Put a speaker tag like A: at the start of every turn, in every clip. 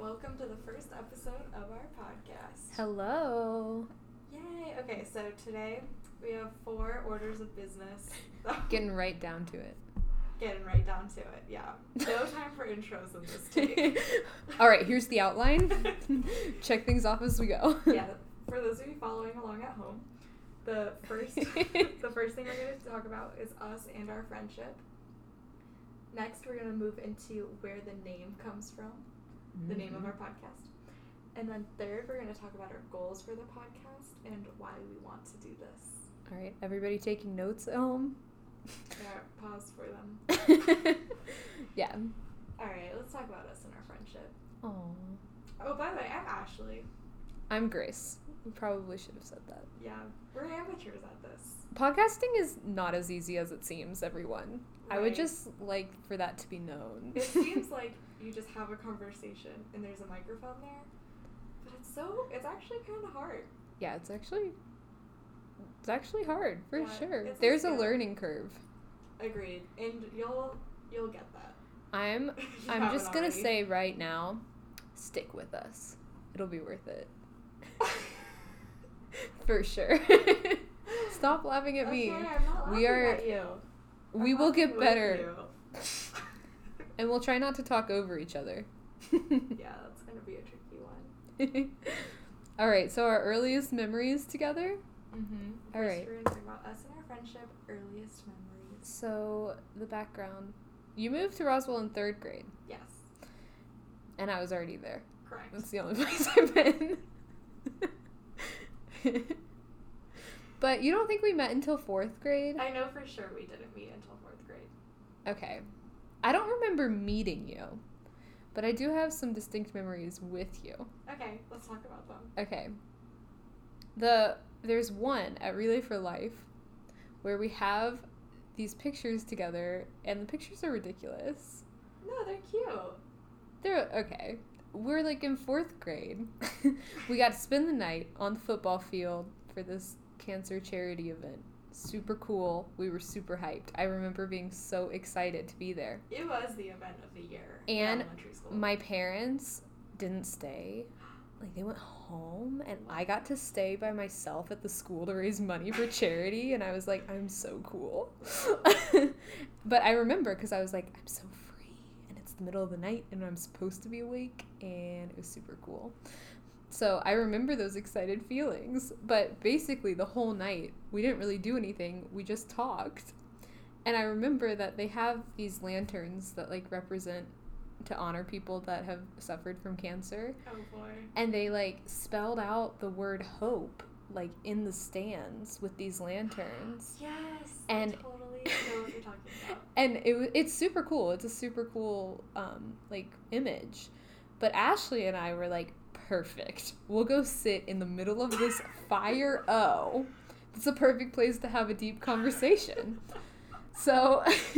A: welcome to the first episode of our podcast.
B: Hello.
A: Yay! Okay, so today we have four orders of business.
B: Getting right down to it.
A: Getting right down to it, yeah. No time for intros in this take.
B: All right, here's the outline. Check things off as we go.
A: yeah, for those of you following along at home, the first the first thing we're going to talk about is us and our friendship. Next, we're going to move into where the name comes from, the name
B: Mm-hmm.
A: of our podcast. And then third, we're going to talk about our goals for the podcast and why we want to do this.
B: All right, everybody taking notes at home.
A: Yeah, pause for them.
B: yeah.
A: All right, let's talk about us and our friendship.
B: Aw.
A: Oh, by the way, I'm Ashley.
B: I'm Grace. We probably should have said that.
A: Yeah, we're amateurs at this.
B: Podcasting is not as easy as it seems, everyone. I would
A: right?
B: just like for that to be known.
A: It seems like you just have a conversation and there's a microphone there, but it's so it's actually kind of hard.
B: yeah, it's actually it's actually hard for
A: Yeah,
B: sure.
A: it's a
B: There's
A: skill.
B: a learning curve.
A: Agreed, and you'll you'll get that.
B: I'm
A: You
B: I'm
A: haven't
B: just gonna
A: already.
B: say right now, stick with us. It'll be worth it. For sure. Stop laughing at me.
A: Okay, I'm not
B: We
A: laughing
B: are-
A: At you.
B: We
A: I'm
B: will
A: laughing
B: get
A: with
B: better.
A: you.
B: And we'll try not to talk over each other.
A: yeah, that's gonna be a tricky one.
B: All right, so our earliest memories together.
A: Mm-hmm.
B: All right.
A: We're gonna talk about us and our friendship earliest memories.
B: So, the background. You moved to Roswell in third grade,
A: Yes,
B: and I was already there.
A: correct.
B: That's the only place I've been. but you don't think we met until fourth grade?
A: I know for sure we didn't meet until fourth grade.
B: Okay. I don't remember meeting you, but I do have some distinct memories with you.
A: Okay, let's talk about them.
B: Okay. The there's one at Relay for Life where we have these pictures together and the pictures are ridiculous.
A: No, they're cute.
B: They're okay. We're like in 4th grade. we got to spend the night on the football field for this cancer charity event. Super cool. We were super hyped. I remember being so excited to be there.
A: It was the event of the year
B: And
A: in elementary school.
B: my parents didn't stay like they went home and i got to stay by myself at the school to raise money for charity and i was like i'm so cool but i remember because i was like i'm so free and it's the middle of the night and i'm supposed to be awake and it was super cool so i remember those excited feelings but basically the whole night we didn't really do anything we just talked and i remember that they have these lanterns that like represent to honor people that have suffered from cancer
A: oh boy.
B: and they like spelled out the word hope like in the stands with these lanterns
A: Yes.
B: And-
A: I totally know what you're talking about.
B: and it wa- it's super cool it's a super cool um like image but Ashley and I were like perfect we'll go sit in the middle of this fire o it's a perfect place to have a deep conversation so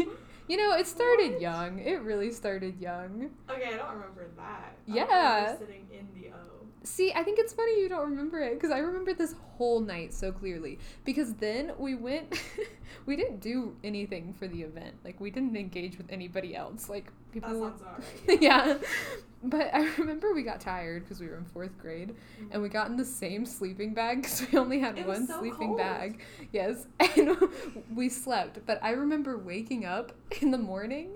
B: you know it started
A: What?
B: young it really started young
A: Okay, I don't remember that. I
B: Yeah.
A: remember sitting in the O.
B: See, I think it's funny you don't remember it because I remember this whole night so clearly. Because then we went, we didn't do anything for the event. Like we didn't engage with anybody else. Like
A: That
B: people,
A: sounds alright.
B: yeah. But I remember we got tired because we were in fourth grade, and we got in the same sleeping bag because we only had
A: Mm-hmm. It was
B: one
A: so
B: sleeping
A: cold.
B: bag. Yes, and we slept. But I remember waking up in the morning,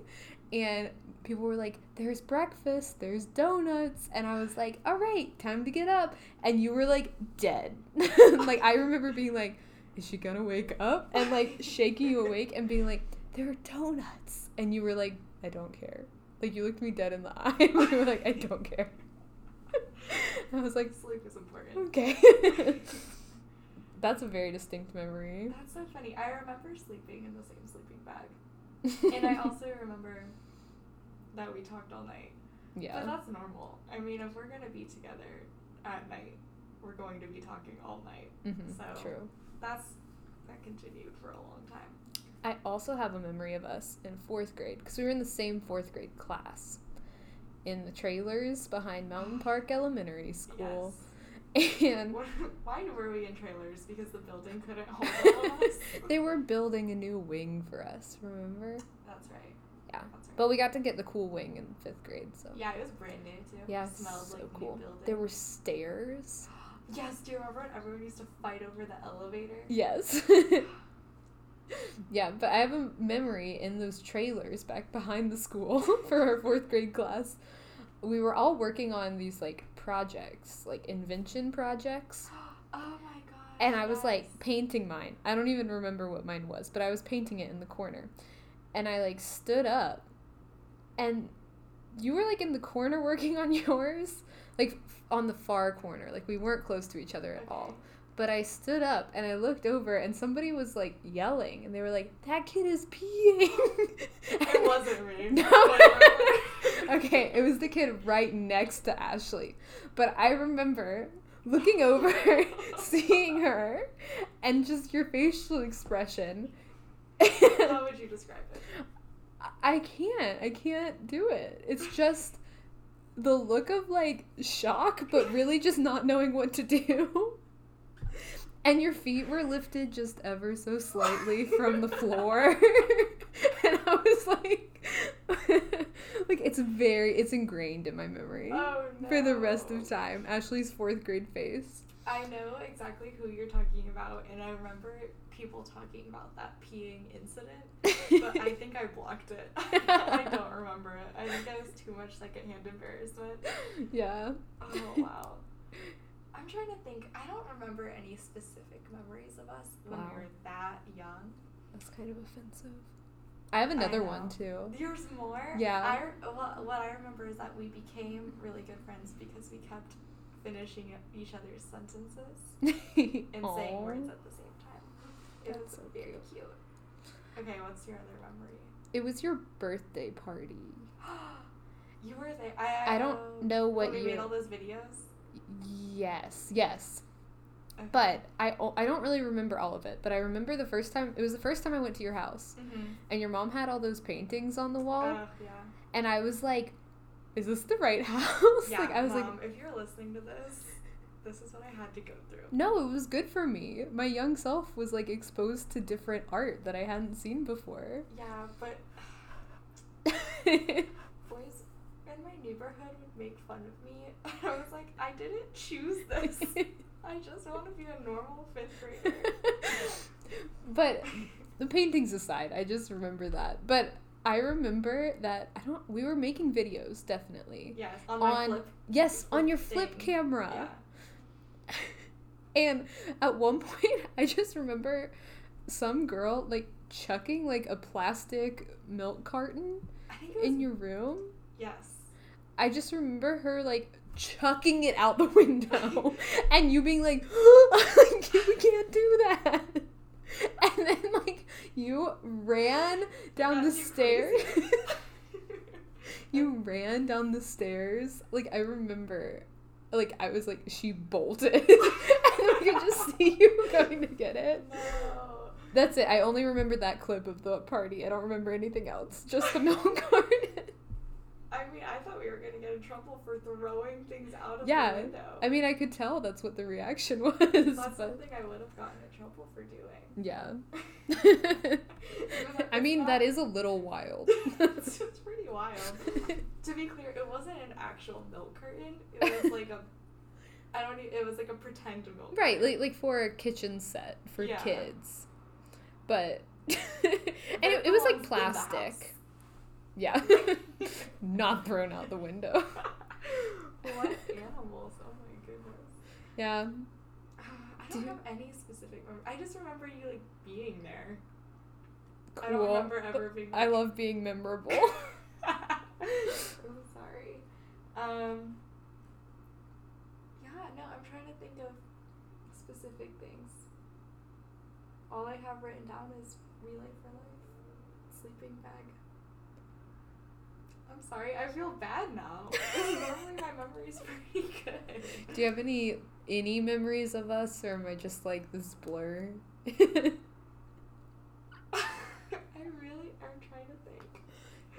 B: and people were like, "There's breakfast, there's donuts," and I was like, "All right, time to get up." And you were like dead. like I remember being like, "Is she gonna wake up?" And like shaking you awake and being like, "There are donuts," and you were like, "I don't care." Like you looked me dead in the eye. and you were like, "I don't care." I was like,
A: Sleep is important.
B: Okay. That's a very distinct memory.
A: That's so funny. I remember sleeping in the same sleeping bag. And I also remember that we talked all night. But
B: yeah.
A: that's normal. I mean, if we're gonna be together at night, we're going to be talking all night.
B: hmm
A: so-
B: True.
A: That's that continued for a long time.
B: I also have a memory of us in fourth grade because we were in the same fourth grade class in the trailers behind Mountain Park Elementary School.
A: Yes.
B: And
A: What, why were we in trailers? Because the building couldn't hold all of us.
B: they were building a new wing for us, remember?
A: That's right.
B: Yeah.
A: That's right.
B: But we got to get the cool wing in fifth grade, so
A: Yeah, it was brand new too.
B: yeah,
A: it smelled
B: so
A: like new
B: cool.
A: building.
B: There were stairs.
A: yes, do you remember when everyone used to fight over the elevator?
B: Yes. yeah, but I have a memory in those trailers back behind the school for our fourth grade class. We were all working on these like projects, like invention projects.
A: Oh my god.
B: And I was
A: yes.
B: like painting mine. I don't even remember what mine was, but I was painting it in the corner. And I like stood up and you were like in the corner working on yours, like on the far corner. Like we weren't close to each other at all.
A: Okay.
B: But I stood up and I looked over and somebody was like yelling and they were like, That kid is peeing
A: It wasn't me.
B: No Okay, it was the kid right next to Ashley. But I remember looking over, seeing her, and just your facial expression.
A: How would you describe it?
B: I can't. I can't do it. It's just the look of like shock, but really just not knowing what to do. And your feet were lifted just ever so slightly from the floor. and I was like like it's very it's ingrained in my memory
A: Oh no.
B: for the rest of time. Ashley's 4th grade face.
A: I know exactly who you're talking about, and I remember people talking about that peeing incident, but I think I blocked it. I don't remember it. I think I was too much secondhand embarrassment.
B: yeah.
A: Oh wow. I'm trying to think. I don't remember any specific memories of us when
B: Wow.
A: we were that young.
B: That's kind of offensive. I have another one
A: know.
B: too.
A: There's more.
B: Yeah.
A: I re- well, what I remember is that we became really good friends because we kept finishing each other's sentences and saying words at the same time. It
B: That's
A: was
B: so
A: very cute. Okay, what's your other memory?
B: It was your birthday party.
A: you were there. I,
B: I don't
A: oh,
B: know
A: when
B: what
A: we
B: year.
A: made all those videos.
B: Yes, yes.
A: Okay.
B: But I, o- I don't really remember all of it, but I remember the first time, it was the first time I went to your house,
A: Mhm.
B: and your mom had all those paintings on the wall,
A: Ugh, Uh, yeah.
B: and I was like, is this the right house?
A: yeah.
B: like, I was like,
A: Mom, if you're listening to this, this is what I had to go through.
B: no, it was good for me. My young self was like exposed to different art that I hadn't seen before.
A: Yeah, but boys in my neighborhood would make fun of me. And I was like, I didn't choose this. I just want to be a normal fifth grader.
B: but the paintings aside, I just remember that. But I remember that I don't. We were making videos, definitely.
A: yes, on my
B: On-
A: flip.
B: Yes, on your
A: Flip
B: flip
A: thing.
B: camera. And at one point, I just remember some girl like chucking like a plastic milk carton
A: I think it was.
B: in your room.
A: yes.
B: I just remember her like chucking it out the window and you being like, like, we can't do that. And then like you ran down
A: Got
B: the
A: too
B: stairs.
A: crazy.
B: you ran down the stairs. Like I remember like I was like she bolted and I could just see you going to get it.
A: No.
B: That's it. I only remember that clip of the party. I don't remember anything else. Just the milk carton.
A: I mean, I thought we were gonna get in trouble for throwing things out of
B: Yeah,
A: the window.
B: I mean, I could tell that's what the reaction was.
A: that's
B: but
A: something I would have gotten in trouble for doing.
B: yeah.
A: Even though
B: I mean,
A: it's
B: that
A: not-
B: is a little wild.
A: it's just pretty wild. To be clear, it wasn't an actual milk curtain. It was like a, I don't. e- It was like a pretend milk.
B: right, like, like for a kitchen set for
A: Yeah.
B: kids. But. and
A: curtain, but
B: it, it was like
A: belongs in the house.
B: plastic. Yeah. Not thrown out the window.
A: what animals? Oh my goodness.
B: Yeah.
A: Uh, I
B: Do
A: don't
B: you-
A: have any specific. Mem- I just remember you like being there.
B: Cool.
A: I don't remember ever being.
B: I love being memorable.
A: I'm sorry. Um, yeah, no, I'm trying to think of specific things. All I have written down is relay for life, sleeping bag. I'm sorry, I feel bad now. Normally my memory's pretty good.
B: Do you have any any memories of us, or am I just like this blur?
A: I really am trying to think.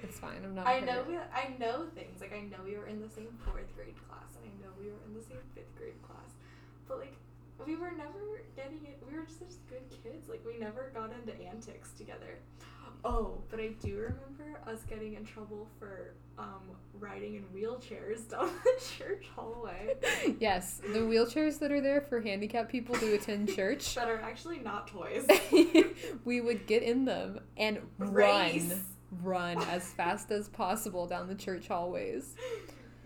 B: It's fine. I'm not.
A: I know
B: hurt.
A: we, I know things like I know we were in the same fourth grade class and I know we were in the same fifth grade class, but like we were never getting it. We were just such good kids. Like we never got into antics together. Oh, but I do remember us getting in trouble for um, riding in wheelchairs down the church hallway
B: yes, the wheelchairs that are there for handicapped people to attend church,
A: that are actually not toys.
B: we would get in them and
A: Race.
B: run, run as fast as possible down the church hallways.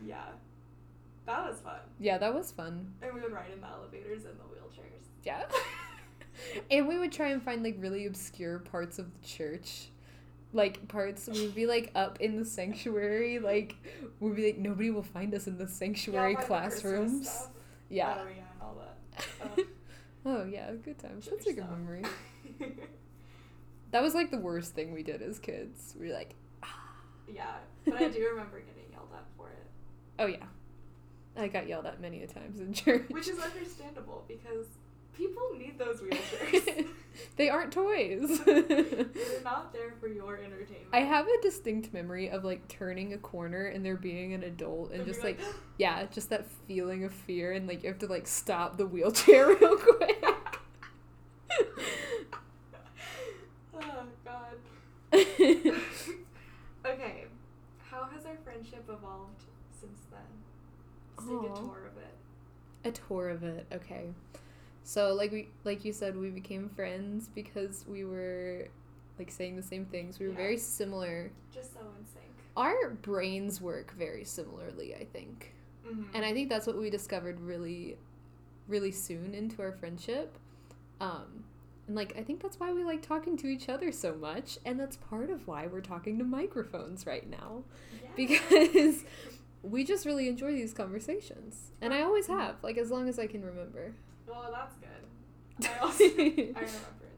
A: Yeah, that was fun.
B: Yeah, that was fun.
A: And we would ride in the elevators and the wheelchairs.
B: Yeah. and we would try and find like really obscure parts of the church. Like parts we would be like up in the sanctuary, like we'd be like nobody will find us in the sanctuary
A: by the Christmas
B: classrooms.
A: stuff.
B: Yeah.
A: Oh yeah, and all that.
B: oh yeah, good times. That's a
A: Church
B: good
A: stuff.
B: memory. That was like the worst thing we did as kids. We were like,
A: yeah, but I do remember getting yelled at for it,
B: oh yeah. I got yelled at many a times in church.
A: which is understandable because people need those wheelchairs.
B: they aren't toys.
A: They're not there for your entertainment.
B: I have a distinct memory of like turning a corner and there being an adult and
A: And
B: just
A: being
B: like, yeah, just that feeling of fear and like you have to like stop the wheelchair real quick.
A: oh God. okay, how has our friendship evolved since then? Let's take
B: Aw.
A: a tour of it.
B: a tour of it. Okay. So like we like you said we became friends because we were like saying the same things. We were
A: Yeah.
B: very similar.
A: Just so in sync.
B: Our brains work very similarly, I think.
A: Mm-hmm.
B: And I think that's what we discovered really really soon into our friendship. Um and like I think that's why we like talking to each other so much and that's part of why we're talking to microphones right now
A: yeah.
B: because we just really enjoy these conversations. And I always have, like as long as I can remember.
A: well, that's good. I also I remember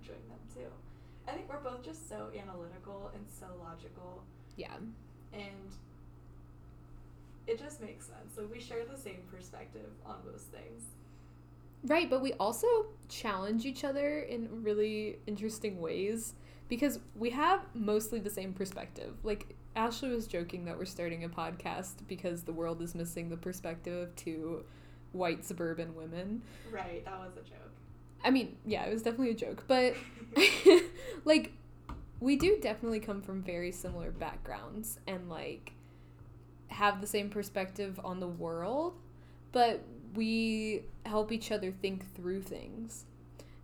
A: enjoying them too. I think we're both just so analytical and so logical,
B: yeah.
A: and it just makes sense. So we share the same perspective on most things.
B: Right, but we also challenge each other in really interesting ways because we have mostly the same perspective. Like Ashley was joking that we're starting a podcast because the world is missing the perspective of two white suburban women.
A: Right, that was a joke.
B: I mean, yeah, it was definitely a joke, but like we do definitely come from very similar backgrounds and like have the same perspective on the world but we help each other think through things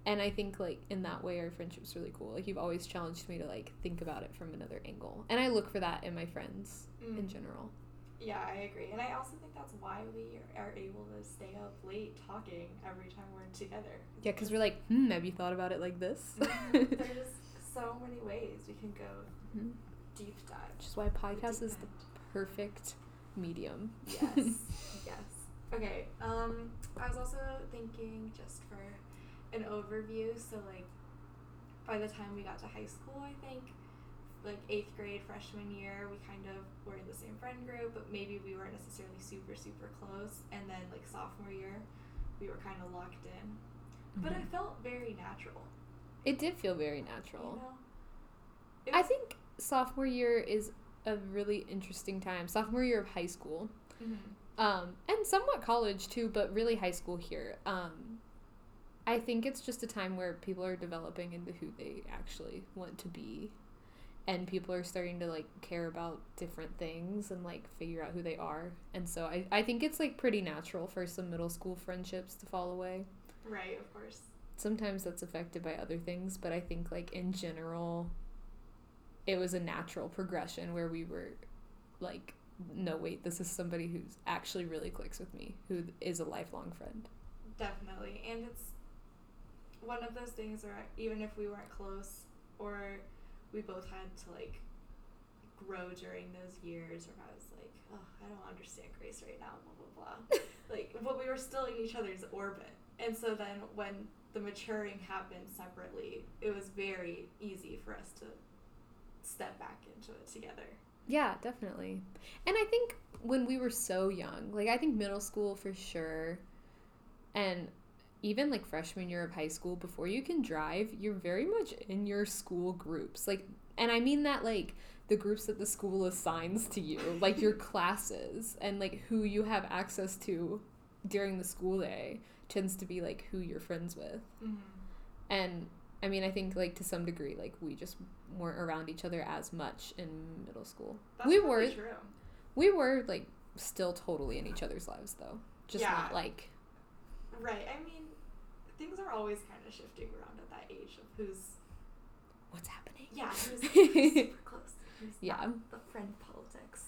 B: and i think like in that way our friendship's really cool like you've always challenged me to like think about it from another angle and i look for that in my friends
A: Mm.
B: in general
A: Yeah, I agree. And I also think that's why we are able to stay up late talking every time we're together.
B: yeah because we're like hmm have you thought about it like this Mm-hmm.
A: There's just so many ways we can go
B: Mhm.
A: deep
B: which
A: dive.
B: is why podcast
A: Deep
B: is the perfect medium
A: dive. Yes. yes. Okay. Um I was also thinking just for an overview, so like by the time we got to high school, I think like eighth grade, freshman year, we kind of were in the same friend group, but maybe we weren't necessarily super, super close. And then like sophomore year, we were kind of locked in. But
B: Mm-hmm.
A: it felt very natural.
B: It did feel very
A: You
B: natural.
A: know? It
B: I
A: was-
B: think sophomore year is a really interesting time. Sophomore year of high school,
A: Mhm.
B: um, and somewhat college too, but really high school here. Um, I think it's just a time where people are developing into who they actually want to be, and people are starting to like care about different things and like figure out who they are. And so I, I think it's like pretty natural for some middle school friendships to fall away
A: Right, of course.
B: sometimes that's affected by other things, but I think like in general it was a natural progression where we were like no wait, this is somebody who's actually really clicks with me, who is a lifelong friend.
A: Definitely. And it's one of those things where even if we weren't close or we both had to like grow during those years where I was like, oh, I don't understand Grace right now, blah, blah, blah. like, but we were still in each other's orbit. And so then when the maturing happened separately, it was very easy for us to step back into it together.
B: Yeah, definitely. And I think when we were so young, like I think middle school for sure and even like freshman year of high school before you can drive, you're very much in your school groups. Like and I mean that like the groups that the school assigns to you, like your classes and like who you have access to during the school day tends to be like who you're friends with.
A: Mm-hmm.
B: And I mean, I think like to some degree, like we just weren't around each other as much in middle school.
A: That's
B: we
A: probably
B: were
A: true.
B: we were like still totally in each other's lives though. Just
A: Yeah.
B: not like
A: Right. I mean, things are always kind of shifting around at that age of who's
B: what's happening.
A: yeah, who's, who's super close, who's
B: Yeah.
A: not the friend politics.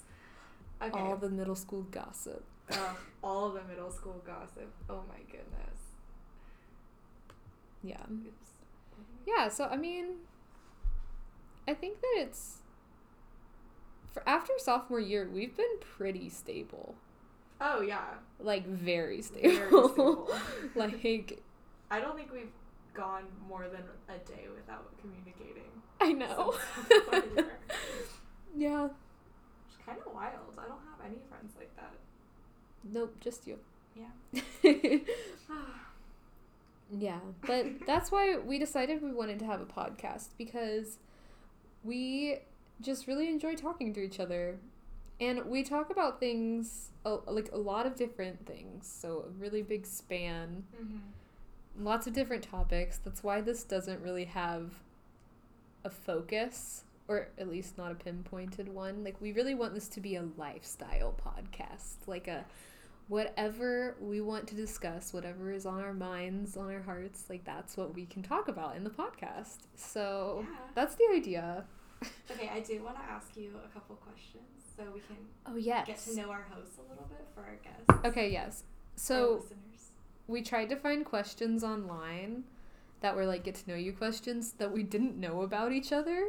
A: Okay.
B: All the middle school gossip.
A: um, all the middle school gossip. Oh my goodness.
B: Yeah.
A: Oops.
B: Mm-hmm. Yeah, so I mean I think that it's for after sophomore year, we've been pretty stable.
A: Oh yeah.
B: Like very stable.
A: Very stable.
B: like
A: I don't think we've gone more than a day without communicating.
B: I know.
A: since sophomore year.
B: yeah.
A: It's kind of wild. I don't have any friends like that.
B: Nope, just you.
A: Yeah.
B: Yeah. yeah, but that's why we decided we wanted to have a podcast because we just really enjoy talking to each other. And we talk about things, oh, like a lot of different things. So, a really big span,
A: mm-hmm.
B: lots of different topics. That's why this doesn't really have a focus, or at least not a pinpointed one. Like, we really want this to be a lifestyle podcast, like a whatever we want to discuss, whatever is on our minds, on our hearts, like that's what we can talk about in the podcast. So,
A: Yeah.
B: that's the idea.
A: Okay, I do want to ask you a couple questions so we can
B: Oh, yes.
A: get to know our hosts a little bit for our guests.
B: Okay, yes.
A: our
B: So,
A: listeners.
B: we tried to find questions online that were like get to know you questions that we didn't know about each other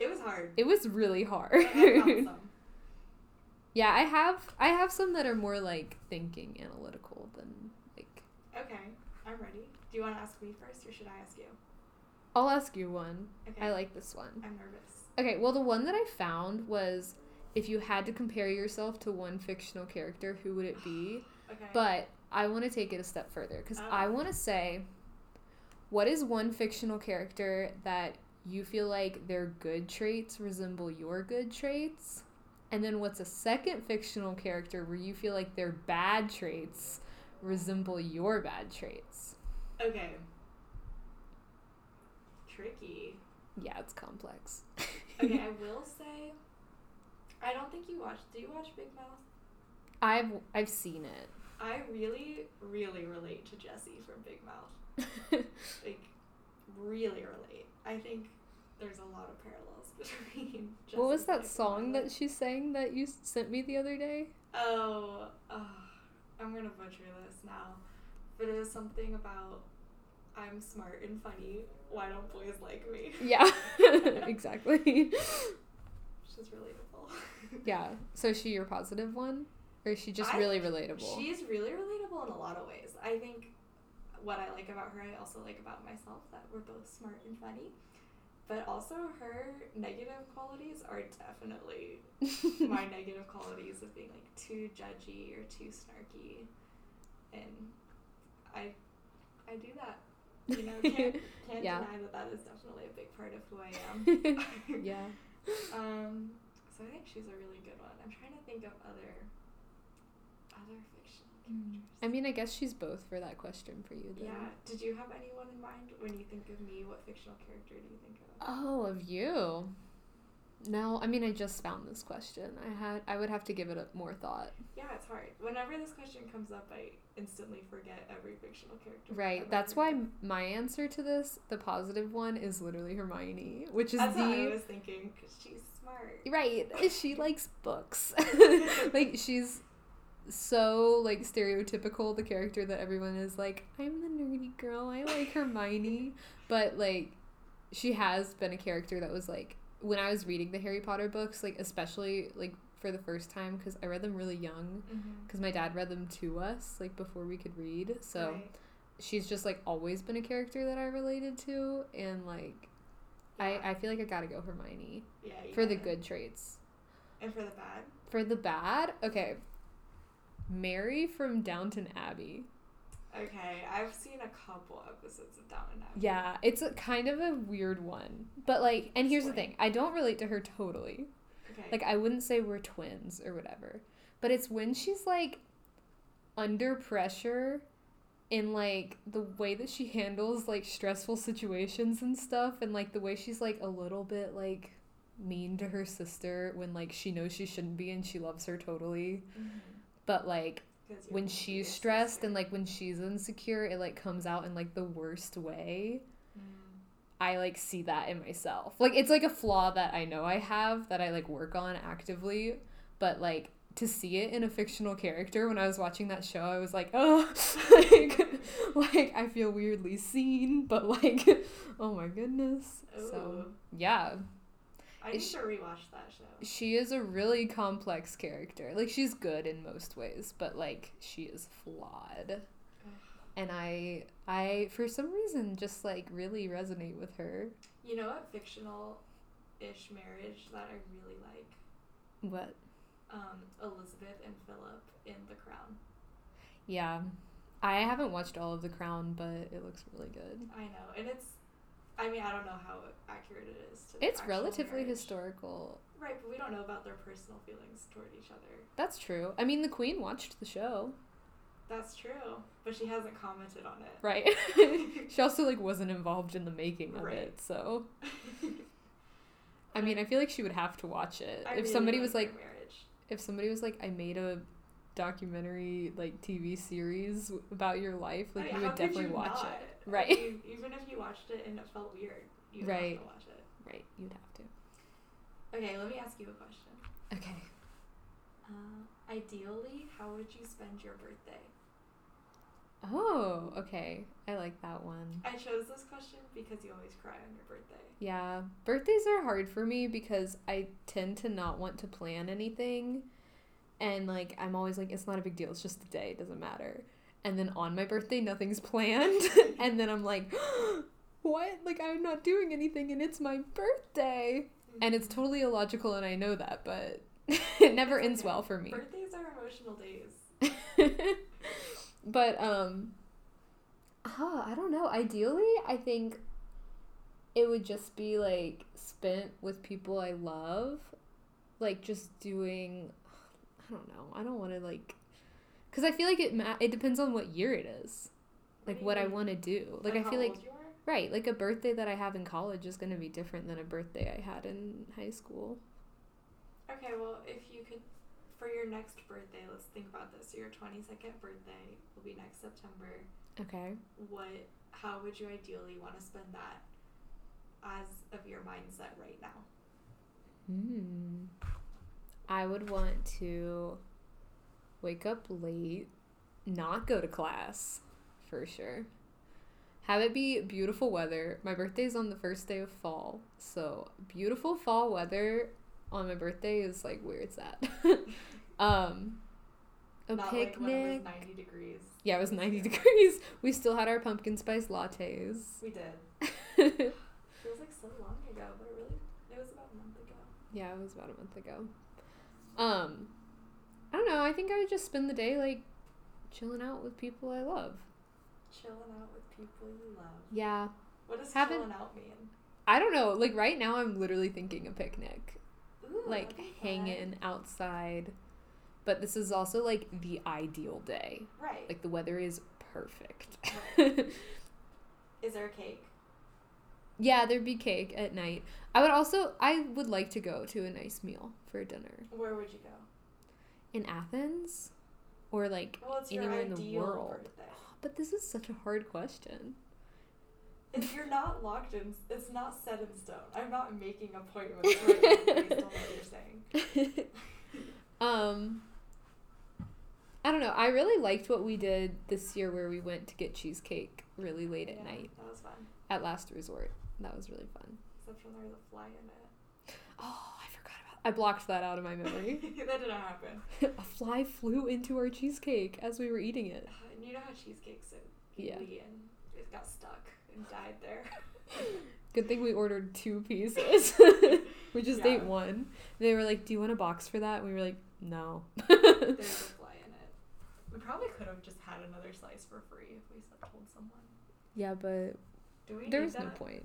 A: It was hard.
B: It was really
A: but I found
B: hard.
A: some.
B: yeah, I have I have some that are more like thinking analytical than like
A: Okay, I'm ready. Do you want to ask me first or should I ask you?
B: I'll ask you one.
A: Okay.
B: I like this one.
A: I'm nervous.
B: Okay, well the one that I found was if you had to compare yourself to one fictional character, who would it be?
A: Okay.
B: But I want to take it a step further cuz I
A: Oh.
B: want to say what is one fictional character that you feel like their good traits resemble your good traits? And then what's a second fictional character where you feel like their bad traits resemble your bad traits?
A: okay. Tricky.
B: Yeah, it's complex.
A: Okay, I will say. I don't think you watch. Do you watch Big Mouth?
B: I've I've seen it.
A: I really, really relate to Jesse from Big Mouth. Like, really relate. I think there's a lot of parallels between. Jesse
B: what was
A: and
B: that
A: Big
B: song
A: Mouth.
B: that she sang that you s- sent me the other day?
A: Oh, ugh, I'm gonna butcher this now, but it was something about I'm smart and funny. Why don't boys like me?
B: Yeah. exactly.
A: Which is relatable.
B: Yeah. So is she your positive one? Or is she just
A: I
B: really relatable?
A: She is really relatable in a lot of ways. I think what I like about her, I also like about myself that we're both smart and funny. But also, her negative qualities are definitely my negative qualities of being like too judgy or too snarky, and I, I do that. You know, can't, can't
B: Yeah.
A: deny that that is definitely a big part of who I am.
B: am. yeah.
A: Um, so I think she's a really good one. I'm trying to think of other, other fictional characters.
B: Mm. I mean, I guess she's both for that question for you. Then.
A: yeah. Did you have anyone in mind when you think of me? What fictional character do you think of?
B: Oh, of you. No, I mean, I just found this question. I had, I would have to give it a, more thought.
A: Yeah, it's hard. Whenever this question comes up, I instantly forget every fictional character. I've
B: Right.
A: ever
B: That's
A: heard
B: why
A: of.
B: m- my answer to this, the positive one, is literally Hermione, which is
A: That's what I
B: the
A: was thinking. 'cause she's smart.
B: right. She likes books. like she's so like stereotypical the character that everyone is like i'm the nerdy girl i like hermione but like she has been a character that was like when i was reading the harry potter books like especially like for the first time because i read them really young
A: Mhm.
B: because my dad read them to us like before we could read so
A: Right.
B: she's just like always been a character that i related to and like
A: Yeah.
B: i i feel like i gotta go hermione
A: yeah, you
B: for the
A: got it.
B: good traits
A: and for the bad.
B: for the bad okay mary from downton abbey
A: Okay, I've seen a couple episodes of Down and Out.
B: Yeah, it's a kind of a weird one. But like, and here's the
A: Explain.
B: thing I don't relate to her totally.
A: Okay.
B: Like, I wouldn't say we're twins or whatever. But it's when she's like under pressure in like the way that she handles like stressful situations and stuff and like the way she's like a little bit like mean to her sister when like she knows she shouldn't be and she loves her totally but like
A: Mm-hmm. 'Cause you're
B: when
A: gonna be a
B: she's stressed
A: sister.
B: and like when she's insecure it like comes out in like the worst way
A: Mm.
B: I like see that in myself. Like it's like a flaw that I know I have that I like work on actively, but like to see it in a fictional character when I was watching that show, I was like, oh, like, like I feel weirdly seen, but like, oh my goodness. So
A: Ooh.
B: yeah,
A: I
B: is
A: need
B: she-
A: to rewatch that show.
B: she is a really complex character. Like she's good in most ways, but like she is flawed. And I, I for some reason just like really resonate with her.
A: You know what fictional ish marriage that I really like?
B: What?
A: Um, Elizabeth and Philip in The Crown.
B: Yeah. I haven't watched all of The Crown, but it looks really good.
A: I know, and it's. I mean, I don't know how accurate it is. To the
B: It's
A: actual
B: relatively
A: marriage.
B: historical.
A: Right, but we don't know about their personal feelings toward each other.
B: That's true. I mean, the Queen watched the show,
A: That's true, but she hasn't commented on it.
B: right? she also like wasn't involved in the making of
A: Right.
B: it, so I mean, I feel like she would have to watch it.
A: I
B: if
A: really
B: somebody was
A: their
B: like
A: marriage.
B: if somebody was like I made a documentary like TV series about your life,
A: I
B: like
A: mean,
B: you
A: how
B: would
A: could
B: definitely
A: you
B: watch
A: not?
B: it.
A: I
B: Right.
A: mean, even if you watched it and it felt weird, you
B: Right.
A: have to watch it.
B: Right, you'd have to.
A: Okay, let me ask you a question.
B: Okay.
A: Uh, ideally, how would you spend your birthday?
B: Oh, okay. I like that one.
A: I chose this question because you always cry on your birthday.
B: Yeah, birthdays are hard for me because I tend to not want to plan anything. And like I'm always like it's not a big deal, it's just a day, it doesn't matter. And then on my birthday nothing's planned and then I'm like what? Like I'm not doing anything and it's my birthday. And it's totally illogical and I know that, but it never
A: It's
B: ends
A: okay.
B: well for me.
A: Birthdays are emotional days.
B: but um huh, I don't know. Ideally, I think it would just be like spent with people I love, like just doing I don't know. I don't want to like cuz I feel like it ma- it depends on what year it is. Like
A: do
B: what
A: you
B: I
A: mean?
B: want to do. Like I
A: how
B: feel like
A: old you are?
B: right, like a birthday that I have in college is going to be different than a birthday I had in high school.
A: Okay, well, if you could, for your next birthday, let's think about this. So your 22nd birthday will be next September.
B: Okay.
A: What, how would you ideally want to spend that as of your mindset right now?
B: Hmm. I would want to wake up late, not go to class, for sure. Have it be beautiful weather. My birthday's on the first day of fall, so beautiful fall weather on my birthday is like where it's at. um, a
A: Not
B: picnic.
A: like when it was 90 degrees.
B: yeah, it was ninety degrees. We still had our pumpkin spice lattes.
A: We did. Feels like so long ago, but it really, it was about a month ago.
B: Yeah, it was about a month ago. Um, I don't know. I think I would just spend the day like chilling out with people I love.
A: Chilling out with people you love.
B: Yeah.
A: What does
B: Haven't-
A: chilling out mean?
B: I don't know. Like right now, I'm literally thinking a picnic,
A: Ooh,
B: like
A: that'd be fun.
B: hanging outside. But this is also like the ideal day.
A: Right.
B: Like the weather is perfect.
A: Is there a cake?
B: yeah, there'd be cake at night. I would also I would like to go to a nice meal for dinner
A: Where would you go?
B: in Athens, or like.
A: Well, it's
B: Anywhere in
A: your
B: the
A: ideal
B: world.
A: birthday.
B: But this is such a hard question.
A: If you're not locked in, it's not set in stone. I'm not making appointments right now based on what you're saying.
B: um I don't know. I really liked what we did this year where we went to get cheesecake really late at
A: Yeah,
B: night
A: That was fun.
B: at last resort. That was really fun.
A: Except when there was a fly in it.
B: Oh, I forgot about I blocked that out of my memory.
A: that didn't happen.
B: a fly flew into our cheesecake as we were eating it.
A: Uh, And you know how cheesecakes are
B: Yeah.
A: gooey and it got stuck and died there.
B: Good thing we ordered two pieces. we just
A: Yeah.
B: ate one. They were like, "Do you want a box for that?" And we were like, "No."
A: There's a fly in it. We probably could have just had another slice for free if we s- told someone.
B: yeah, but
A: Do we
B: there
A: need
B: was no
A: that?
B: point.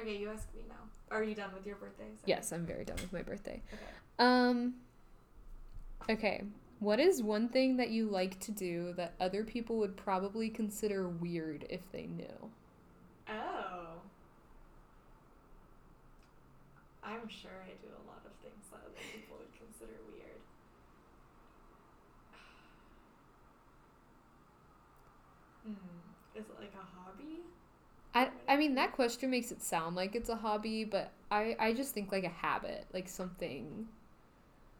A: Okay, you ask me now. Are you done with your birthday? Sorry.
B: Yes, I'm very done with my birthday.
A: Okay.
B: Um. Okay, What is one thing that you like to do that other people would probably consider weird if they knew?
A: Oh. I'm sure I do a lot of things that other people would consider weird. Hmm. Is it like a hobby?
B: I, I mean that question makes it sound like it's a hobby, but I, I just think like a habit, like something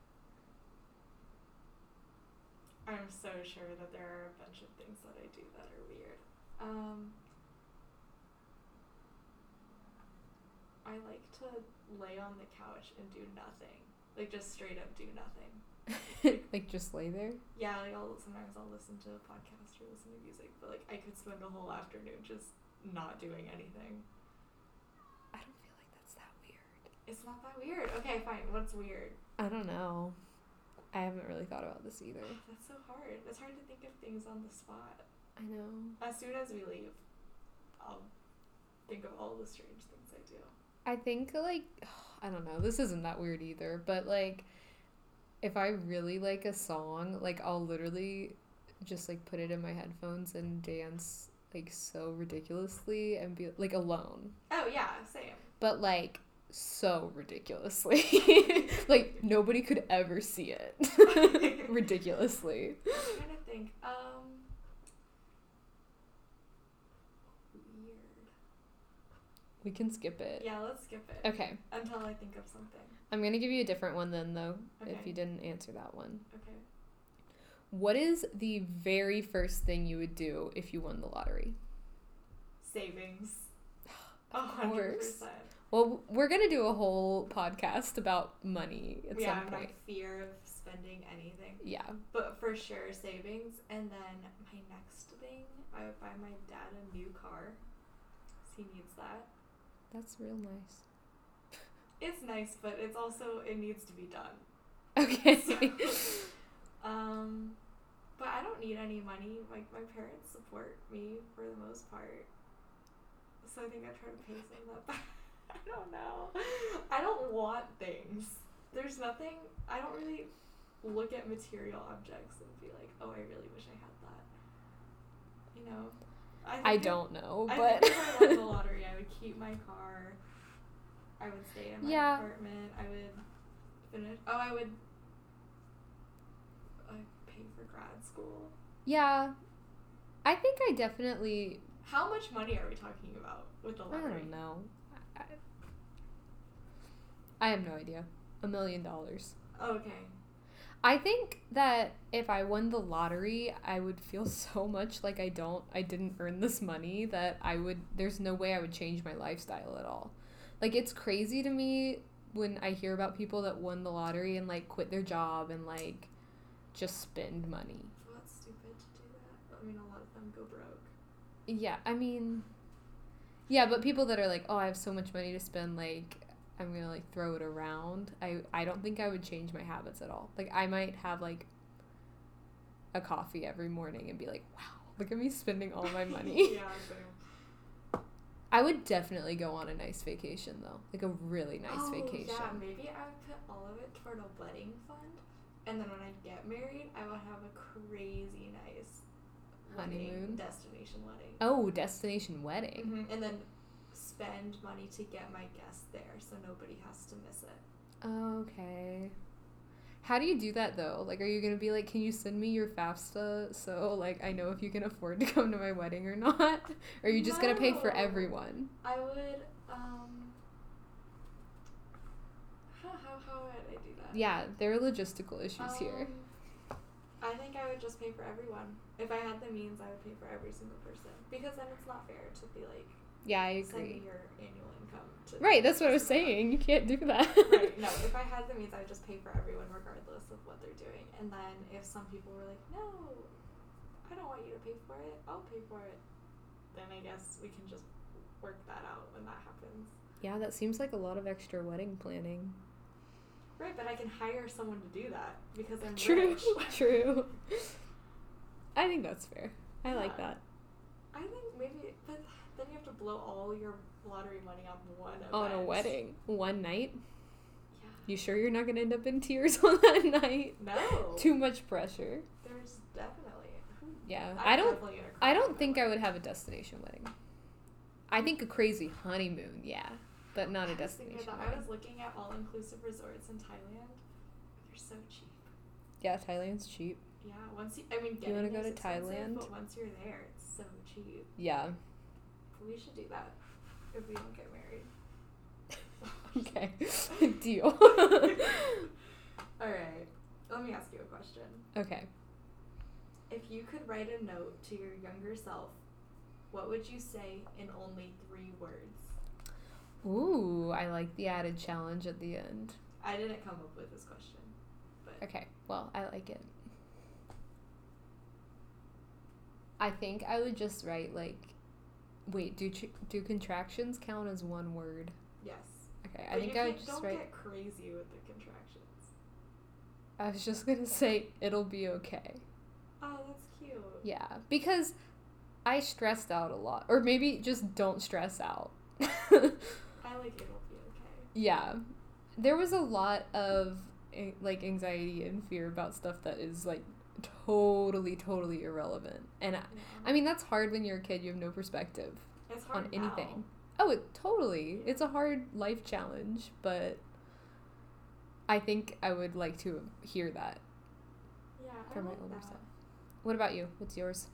A: I'm so sure that there are a bunch of things that I do that are weird. Um, I like to lay on the couch and do nothing. Like, just straight up do nothing.
B: like just lay there.
A: Yeah, like, I'll sometimes I'll listen to a podcast or listen to music, but like, I could spend a whole afternoon just not doing anything.
B: I don't feel like that's that weird.
A: It's not that weird. Okay, fine. What's weird?
B: I don't know. I haven't really thought about this either.
A: That's so hard. It's hard to think of things on the spot.
B: I know.
A: As soon as we leave, I'll think of all the strange things I do.
B: I think like I don't know. This isn't that weird either, but like if I really like a song, like I'll literally just like put it in my headphones and dance like so ridiculously and be like alone.
A: Oh yeah, same.
B: But like so ridiculously. like nobody could ever see it. ridiculously.
A: I'm trying to think. Um, weird.
B: We can skip it.
A: Yeah, let's skip it
B: Okay.
A: until I think of something.
B: I'm going to give you a different one then though if
A: Okay.
B: you didn't answer that one.
A: Okay.
B: What is the very first thing you would do if you won the lottery?
A: Savings. A
B: Of
A: hundred
B: course.
A: percent.
B: Well, we're going to do a whole podcast about money at
A: Yeah,
B: some
A: my
B: point.
A: fear of spending anything,
B: Yeah.
A: but for sure savings. And then my next thing, I would buy my dad a new car. 'cause He needs that.
B: That's real nice.
A: It's nice, but it's also it needs to be done.
B: Okay.
A: Um, but I don't need any money. Like my parents support me for the most part, so I think I try to pay some of that back. I don't know. I don't want things. There's nothing. I don't really look at material objects and be like, oh, I really wish I had that. You know. think
B: I
A: if-
B: don't know,
A: I
B: but
A: think if I won the lottery, I would keep my car. I would stay in my
B: Yeah.
A: apartment. I would finish. Oh, I would. I pay for grad school.
B: yeah. I think I definitely
A: How much money are we talking about with the
B: I
A: lottery?
B: don't know. I, I have no idea. A million dollars.
A: Okay.
B: I think that if I won the lottery, I would feel so much like I don't I didn't earn this money that I would there's no way I would change my lifestyle at all. Like it's crazy to me when I hear about people that won the lottery and like quit their job and like just spend money.
A: Well, that's stupid to do that. I mean, a lot of them go broke.
B: Yeah, I mean, yeah, but people that are like, oh, I have so much money to spend, like, I'm gonna like throw it around. I I don't think I would change my habits at all. Like, I might have like a coffee every morning and be like, wow, look at me spending all my money.
A: yeah, so.
B: I would definitely go on a nice vacation though, like a really nice
A: oh,
B: vacation.
A: Yeah, maybe I would put all of it toward a wedding fund. And then when I get married, I will have a crazy nice wedding-
B: Honeymoon?
A: destination wedding.
B: Oh, destination wedding.
A: hmm And then spend money to get my guests there so nobody has to miss it.
B: Okay. How do you do that though? Like, are you gonna be like, can you send me your FAFSA so like I know if you can afford to come to my wedding or not? or are you just gonna pay for
A: No.
B: everyone?
A: I would, um. How, how, how would I do that?
B: Yeah, there are logistical issues here.
A: Um, I think I would just pay for everyone. If I had the means, I would pay for every single person. Because then it's not fair to be like,
B: Yeah, I
A: send me
B: agree.
A: your annual income to.
B: Right, that's what I was
A: this amount.
B: saying. You can't do that.
A: right. No, if I had the means, I would just pay for everyone regardless of what they're doing. And then if some people were like, no, I don't want you to pay for it, I'll pay for it, then I guess we can just work that out when that happens.
B: yeah, that seems like a lot of extra wedding planning.
A: Right, but I can hire someone to do that because I'm
B: True.
A: rich.
B: True. I think that's fair. I like
A: Yeah.
B: that.
A: I think maybe, but then you have to blow all your lottery money on one event.
B: On a wedding, one night,
A: Yeah.
B: You sure you're not gonna end up in tears on that night?
A: No.
B: Too much pressure.
A: There's definitely.
B: Yeah,
A: I'm
B: I don't.
A: definitely gonna cry
B: I
A: on
B: don't
A: that
B: think
A: one.
B: I would have a destination wedding. I think a crazy honeymoon, yeah, but not a
A: I was thinking
B: destination
A: about- I
B: wedding.
A: was looking at all inclusive resorts in Thailand. They're so cheap.
B: Yeah, Thailand's cheap.
A: Yeah, once you, I mean,
B: You wanna
A: getting
B: go
A: there's
B: to
A: expensive,
B: Thailand?
A: But once you're there, it's so cheap.
B: Yeah.
A: We should do that if we don't get married.
B: Okay. Deal.
A: All right. Let me ask you a question.
B: okay.
A: If you could write a note to your younger self, what would you say in only three words?
B: Ooh, I like the added challenge at the end.
A: I didn't come up with this question.
B: Okay, well, I like it. I think I would just write like, wait, do tr- do contractions count as one word?
A: Yes.
B: Okay, I
A: But
B: think
A: you
B: I would
A: can't-
B: just
A: don't
B: write.
A: get crazy with the contractions.
B: I was just gonna say it'll be okay.
A: Oh, that's cute.
B: Yeah, because I stressed out a lot, or maybe just don't stress out.
A: I like it'll be okay.
B: yeah, there was a lot of an- like anxiety and fear about stuff that is like totally, totally irrelevant. And I,
A: Yeah.
B: I mean, that's hard when you're a kid; you have no perspective
A: it's hard
B: on
A: now.
B: anything. Oh, it totally. It's a hard life challenge, but I think I would like to hear that
A: Yeah, I
B: from my
A: like
B: older
A: that.
B: self. What about you? What's yours?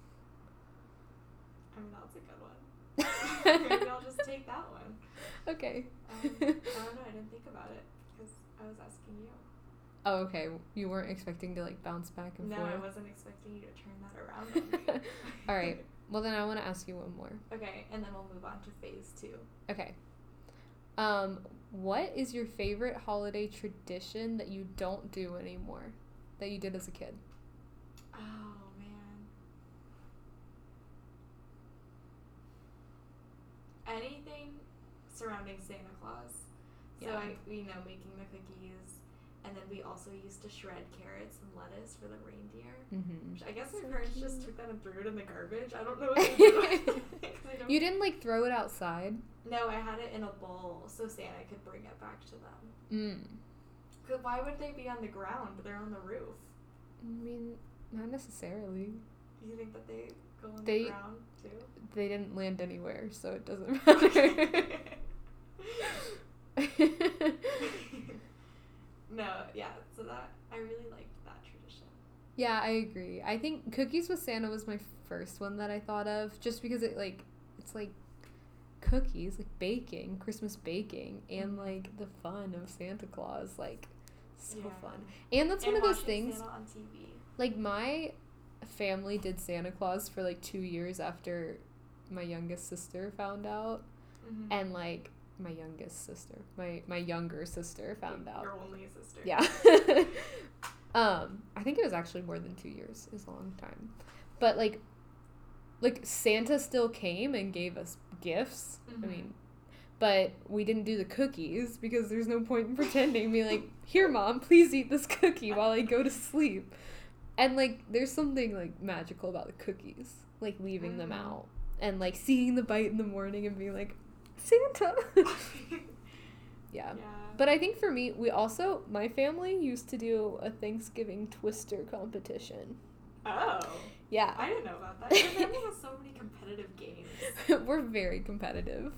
A: I mean, that's a good one. Maybe I'll just take that one.
B: Okay.
A: Um, I don't know. I didn't think about it because I was asking you.
B: Oh, okay. You weren't expecting to like bounce back and
A: No, I
B: forth.
A: wasn't expecting you to turn that around. on me.
B: All right. Well, then I want to ask you one more.
A: okay, and then we'll move on to phase two.
B: Okay. Um, what is your favorite holiday tradition that you don't do anymore that you did as a kid?
A: Oh man. Anything surrounding Santa Claus. So
B: Yeah.
A: I, you know, making the cookies, and then we also used to shred carrots and lettuce for the reindeer.
B: Mm-hmm.
A: Which I guess
B: So
A: my parents just
B: cute.
A: took that and threw it in the garbage. I don't know what they did. with it, 'cause I don't-
B: You didn't like throw it outside.
A: no, I had it in a bowl so Santa could bring it back to them.
B: Mm.
A: 'Cause why would they be on the ground? They're on the roof.
B: I mean, not necessarily.
A: You think that they go on
B: They-
A: the ground too?
B: They didn't land anywhere, so it doesn't matter.
A: no, yeah. So that I really liked that tradition.
B: Yeah, I agree. I think Cookies with Santa was my first one that I thought of just because it like it's like cookies, like baking, Christmas baking and
A: Mm-hmm.
B: like the fun of Santa Claus, like so
A: Yeah.
B: fun. And that's
A: And
B: one of those
A: watching
B: things
A: Santa on TV.
B: like my family did Santa Claus for like 2 years after my youngest sister found out
A: Mhm.
B: and like my youngest sister, my my younger sister found out.
A: Your only sister.
B: Yeah. um, I think it was actually more than two years. It's a long time, but like, like Santa still came and gave us gifts. I
A: Mhm.
B: mean, but we didn't do the cookies because there's no point in pretending. Be like, here, mom, please eat this cookie while I go to sleep. And like, there's something like magical about the cookies, like leaving them
A: Mhm.
B: out and like seeing the bite in the morning and being like, Santa. yeah.
A: yeah.
B: But I think for me, we also my family used to do a Thanksgiving twister competition.
A: Oh.
B: Yeah,
A: I didn't know about that. Your family has so many competitive games.
B: we're very competitive.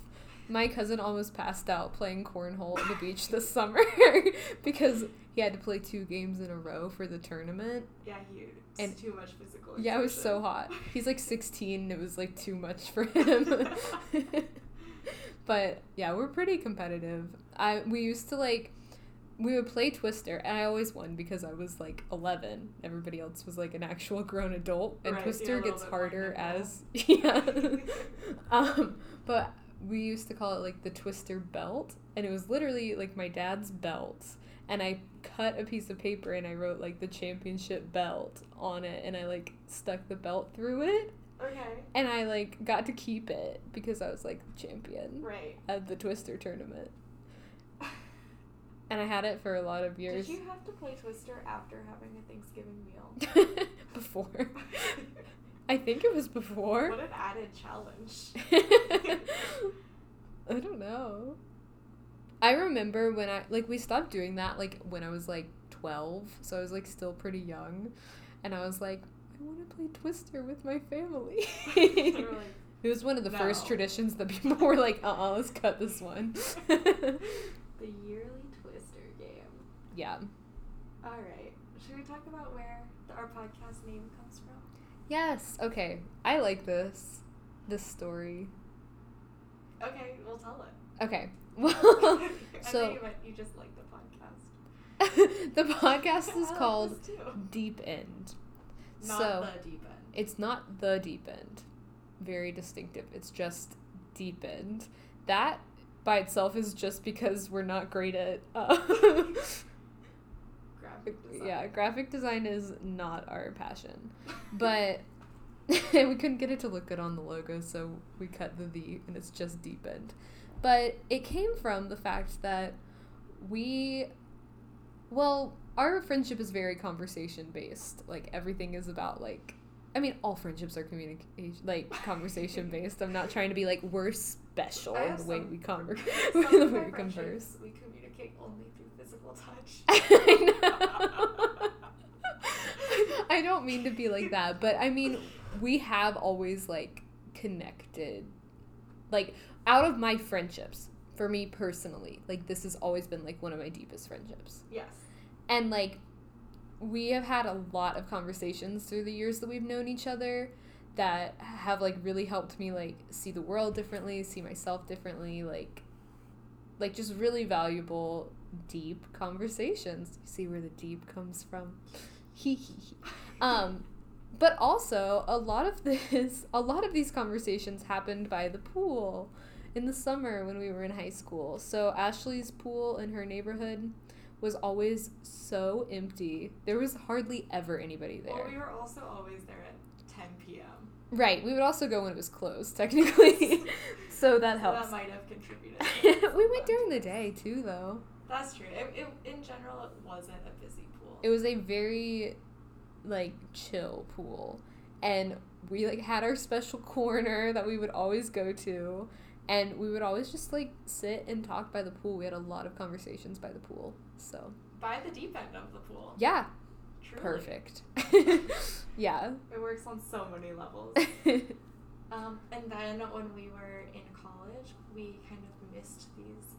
B: My cousin almost passed out playing cornhole at the beach this summer because he had to play two games in a row for the tournament.
A: Yeah, huge.
B: And-
A: too much physical.
B: Yeah, it was so
A: exertion.
B: hot. He's like 16 and it was like too much for him. but yeah, we're pretty competitive. I we used to like we would play Twister and I always won because I was like 11. Everybody else was like an actual grown adult and
A: Right, so you're a
B: Twister
A: little
B: gets
A: bit more
B: harder
A: nimble.
B: as yeah. um but we used to call it like the Twister belt and it was literally like my dad's belt and I cut a piece of paper and I wrote like the championship belt on it and I like stuck the belt through it
A: okay.
B: and I like got to keep it because I was like the champion
A: Right.
B: at the Twister tournament. And I had it for a lot of years
A: Did you have to play Twister after having a Thanksgiving meal?
B: before. I think it was before.
A: What an added challenge.
B: I don't know. I remember when I like we stopped doing that like when I was like 12, so I was like still pretty young and I was like I want to play Twister with my family.
A: They were like,
B: it was one of the first
A: No.
B: traditions that people were like, "Uh-uh, let's cut this one."
A: the yearly Twister game.
B: yeah.
A: All right. Should we talk about where the, our podcast name comes from?
B: Yes. Okay. I like this this story.
A: Okay, we'll tell it.
B: Okay. Well,
A: I
B: so-
A: think you, meant you just like the podcast.
B: the podcast
A: I
B: is
A: like
B: called
A: Oh, this too.
B: Deep End.
A: Not
B: so
A: the deep end.
B: it's not the deep end. Very distinctive. It's just deep end. That by itself is just because we're not great at uh,
A: Graphic design.
B: yeah, graphic design is not our passion. But we couldn't get it to look good on the logo, so we cut the V and it's just deep end. But it came from the fact that we, well, our friendship is very conversation based. Like everything is about like, I mean, all friendships are communication like conversation based. I'm not trying to be like we're special
A: I
B: in
A: have
B: the way
A: some-
B: we converse.
A: Some
B: the
A: of
B: way
A: our
B: we
A: friendships,
B: converse.
A: We communicate only through physical touch.
B: I know. I don't mean to be like that, but I mean, we have always like connected. Like, out of my friendships, for me personally, like, this has always been like one of my deepest friendships.
A: Yes.
B: And like, we have had a lot of conversations through the years that we've known each other that have like really helped me like see the world differently, see myself differently, like like just really valuable deep conversations. You see where the deep comes from. Hee hee hee. Um but also a lot of this a lot of these conversations happened by the pool in the summer when we were in high school. So Ashley's pool in her neighborhood was always so empty. There was hardly ever anybody there.
A: Well, we were also always there at 10 p.m.
B: Right. We would also go when it was closed, technically. so that
A: So
B: helps.
A: That might have contributed.
B: we went during the day too, though.
A: That's true. It, it, in general, it wasn't a busy pool.
B: It was a very like chill pool, and we like had our special corner that we would always go to, and we would always just like sit and talk by the pool. We had a lot of conversations by the pool. So
A: By the deep end of the pool.
B: yeah,
A: Truly.
B: perfect. yeah.
A: It works on so many levels. Um, and then when we were in college, we kind of missed these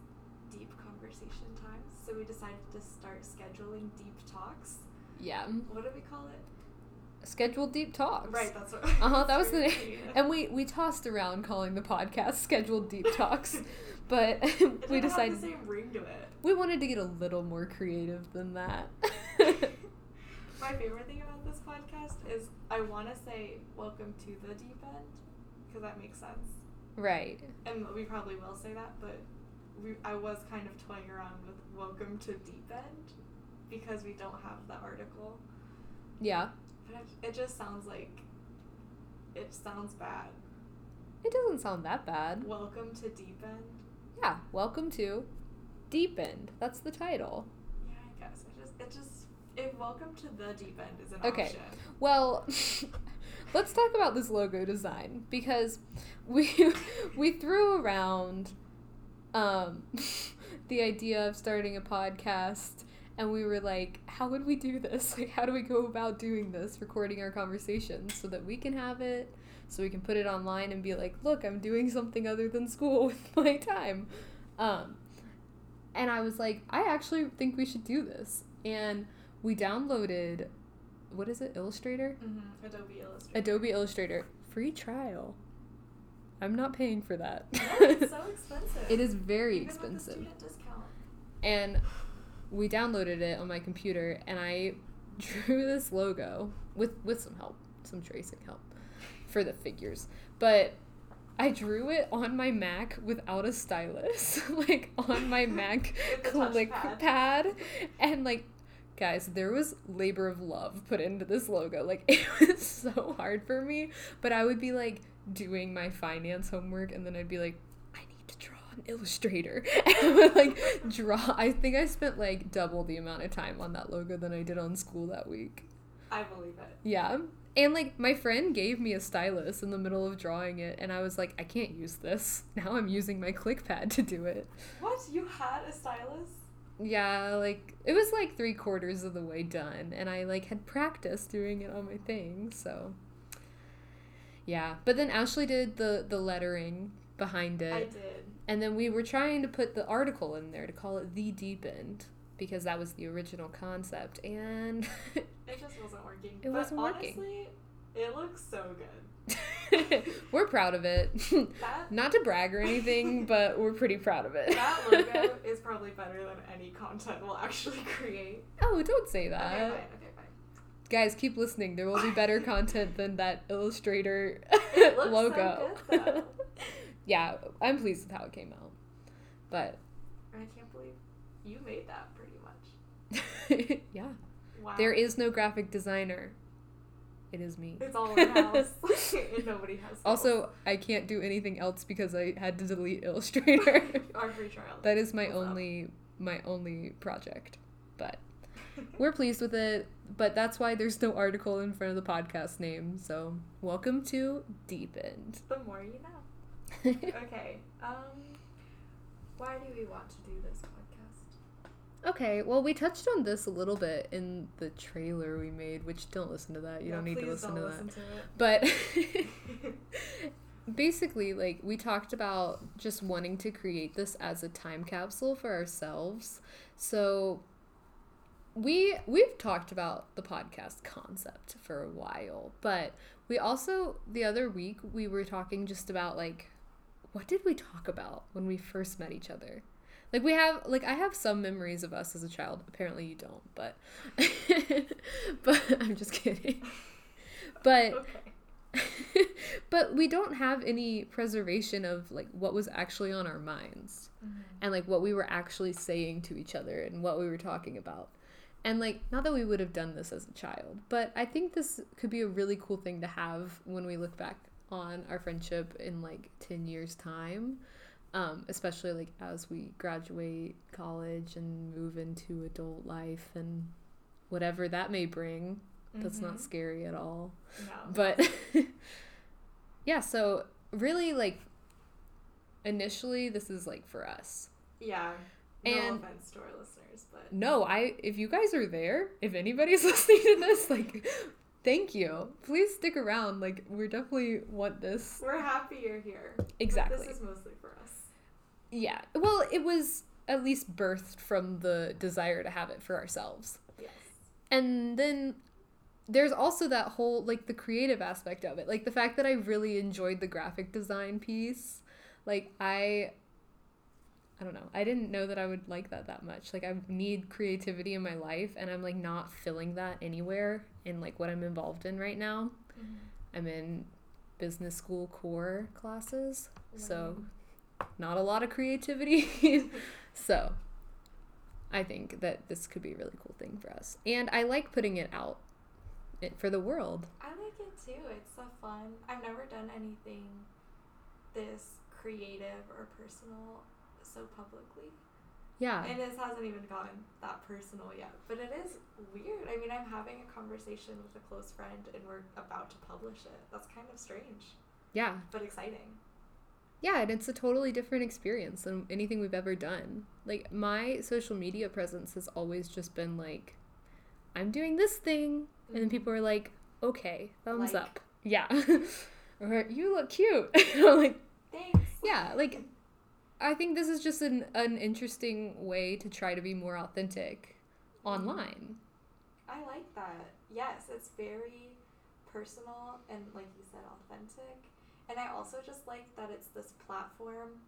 A: deep conversation times. So we decided to start scheduling deep talks.
B: yeah.
A: What do we call it?
B: Scheduled deep talks.
A: Right, that's what.
B: Uh-huh, that was the
A: Very
B: name.
A: creative.
B: And we we tossed around calling the podcast scheduled deep talks, but
A: It
B: we
A: didn't have
B: decided
A: the same ring to it.
B: we wanted to get a little more creative than that.
A: My favorite thing about this podcast is I want to say welcome to the deep end because that makes sense,
B: right.
A: and we probably will say that. But we, I was kind of toying around with welcome to deep end because we don't have the article.
B: Yeah.
A: But it- it just sounds like it sounds bad.
B: It doesn't sound that bad.
A: Welcome to Deep End.
B: Yeah. Welcome to Deep End. That's the title.
A: Yeah, I guess it just it just if Welcome to the Deep End is an
B: Okay.
A: option.
B: Well, let's talk about this logo design because we we threw around um, the idea of starting a podcast, and we were like, how would we do this? Like, how do we go about doing this? Recording our conversations so that we can have it, so we can put it online and be like, look, I'm doing something other than school with my time. Um, and I was like, I actually think we should do this, and we downloaded what is it illustrator
A: Mm-hmm. Adobe Illustrator.
B: adobe illustrator free trial i'm not paying for that
A: No, it's so expensive.
B: it is very
A: Even
B: expensive
A: With the student discount.
B: and we downloaded it on my computer and i drew this logo with with some help some tracing help for the figures but i drew it on my mac without a stylus like on my mac
A: With the
B: click
A: touchpad.
B: pad and like guys there was labor of love put into this logo like it was so hard for me but i would be like doing my finance homework and then i'd be like i need to draw an illustrator and i would like draw i think i spent like double the amount of time on that logo than i did on school that week
A: I believe it.
B: yeah And like my friend gave me a stylus in the middle of drawing it, and I was like, I can't use this. Now I'm using my ClickPad to do it.
A: What? You had a stylus?
B: Yeah, like it was like three quarters of the way done, and I like had practiced doing it on my thing, so yeah. But then Ashley did the the lettering behind it,
A: I did.
B: and then we were trying to put the article in there to call it the deep end because that was the original concept, and
A: It just wasn't working.
B: It
A: but
B: wasn't working.
A: honestly, it looks so good.
B: we're proud of it.
A: That
B: Not to brag or anything, but we're pretty proud of it.
A: that logo is probably better than any content we'll actually create.
B: oh, don't say that.
A: Okay, fine. Okay, fine.
B: Guys, keep listening. There will be better content than that Illustrator
A: It looks so
B: logo.
A: good, though.
B: yeah, I'm pleased with how it came out. But
A: And I can't believe you made that pretty much.
B: yeah,
A: Wow.
B: there is no graphic designer. It is me.
A: It's all in house. and nobody has.
B: Also, I can't do anything else because I had to delete Illustrator.
A: our free trial.
B: that is my
A: What's up?
B: only my only project. But we're pleased with it, but that's why there's no article in front of the podcast name. So, welcome to Deep End.
A: the more you know. Okay. Um, why do we want to do this podcast?
B: Okay, well, we touched on this a little bit in the trailer we made, which don't listen to that. You
A: Yeah,
B: don't need to
A: please
B: listen
A: don't
B: to
A: listen
B: that.
A: to
B: But
A: it.
B: basically, like, we talked about just wanting to create this as a time capsule for ourselves. So we we've talked about the podcast concept for a while, but we also the other week we were talking just about like what did we talk about when we first met each other? Like we have like I have some memories of us as a child. Apparently you don't, but but I'm just kidding. But
A: okay.
B: but we don't have any preservation of like what was actually on our minds and like what we were actually saying to each other and what we were talking about and like not that we would have done this as a child but i think this could be a really cool thing to have when we look back on our friendship in like 10 years time um, especially like as we graduate college and move into adult life and whatever that may bring that's not
A: Mhm.
B: scary at all
A: Mm-hmm. No.
B: but yeah so really like initially this is like for us
A: Yeah. No
B: And-
A: offense to our listeners, but
B: no i if you guys are there if anybody's listening to this like thank you please stick around like we're definitely want this
A: we're happy you're here. But
B: exactly
A: this is mostly for us.
B: yeah well it was at least birthed from the desire to have it for ourselves
A: Yes.
B: and then there's also that whole like the creative aspect of it like the fact that i really enjoyed the graphic design piece like i i don't know i didn't know that i would like that that much like i need creativity in my life and i'm like not filling that anywhere in like what i'm involved in right now i'm in business school core classes
A: Mm-hmm.
B: so not a lot of creativity. so I think that this could be a really cool thing for us. And I like putting it out it- for the world.
A: I like it too. It's a fun. I've never done anything this creative or personal so publicly.
B: Yeah.
A: And this hasn't even gotten that personal yet. But it is weird. I mean, I'm having a conversation with a close friend and we're about to publish it. That's kind of strange,
B: Yeah.
A: but exciting.
B: Yeah, and it's a totally different experience than anything we've ever done. Like my social media presence has always just been like I'm doing this thing and then people are like, "Okay, thumbs
A: Mm-hmm. Like.
B: up." Yeah. or you look cute. I'm like,
A: Thanks.
B: yeah like i think this is just an, an interesting way to try to be more authentic online
A: I like that. Yes, it's very personal and, like you said, authentic. And I also just like that it's this platform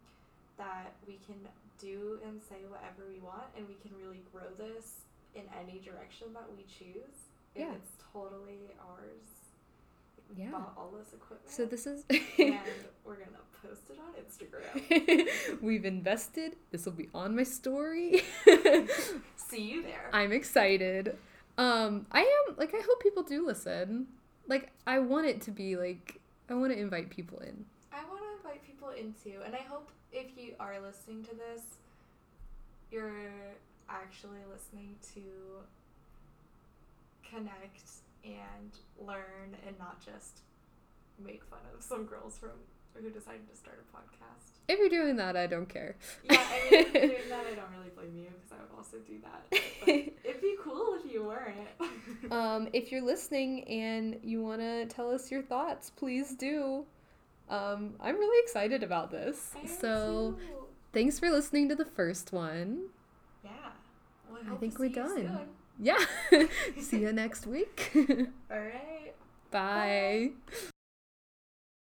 A: that we can do and say whatever we want, and we can really grow this in any direction that we choose. And
B: Yeah.
A: it's totally ours.
B: Yeah.
A: Bought all this equipment.
B: so this is
A: and we're gonna post it on Instagram.
B: we've invested this will be on my story
A: See you there.
B: i'm excited um i am like i hope people do listen like i want it to be like i want to invite people in
A: I want to invite people into, and I hope if you are listening to this, you're actually listening to connect and learn and not just make fun of some girls from who decided to start a podcast.
B: If you're doing that, I don't care.
A: Yeah, I mean, if you're doing that, I don't really blame you because I would also do that. But it'd be cool if you weren't.
B: um, if you're listening and you want to tell us your thoughts, please do. Um, I'm really excited about this.
A: I am
B: so,
A: too.
B: thanks for listening to the first one.
A: yeah, well,
B: I
A: hope to
B: think we're
A: see you
B: done.
A: soon.
B: Yeah. See you next week.
A: All right.
B: Bye.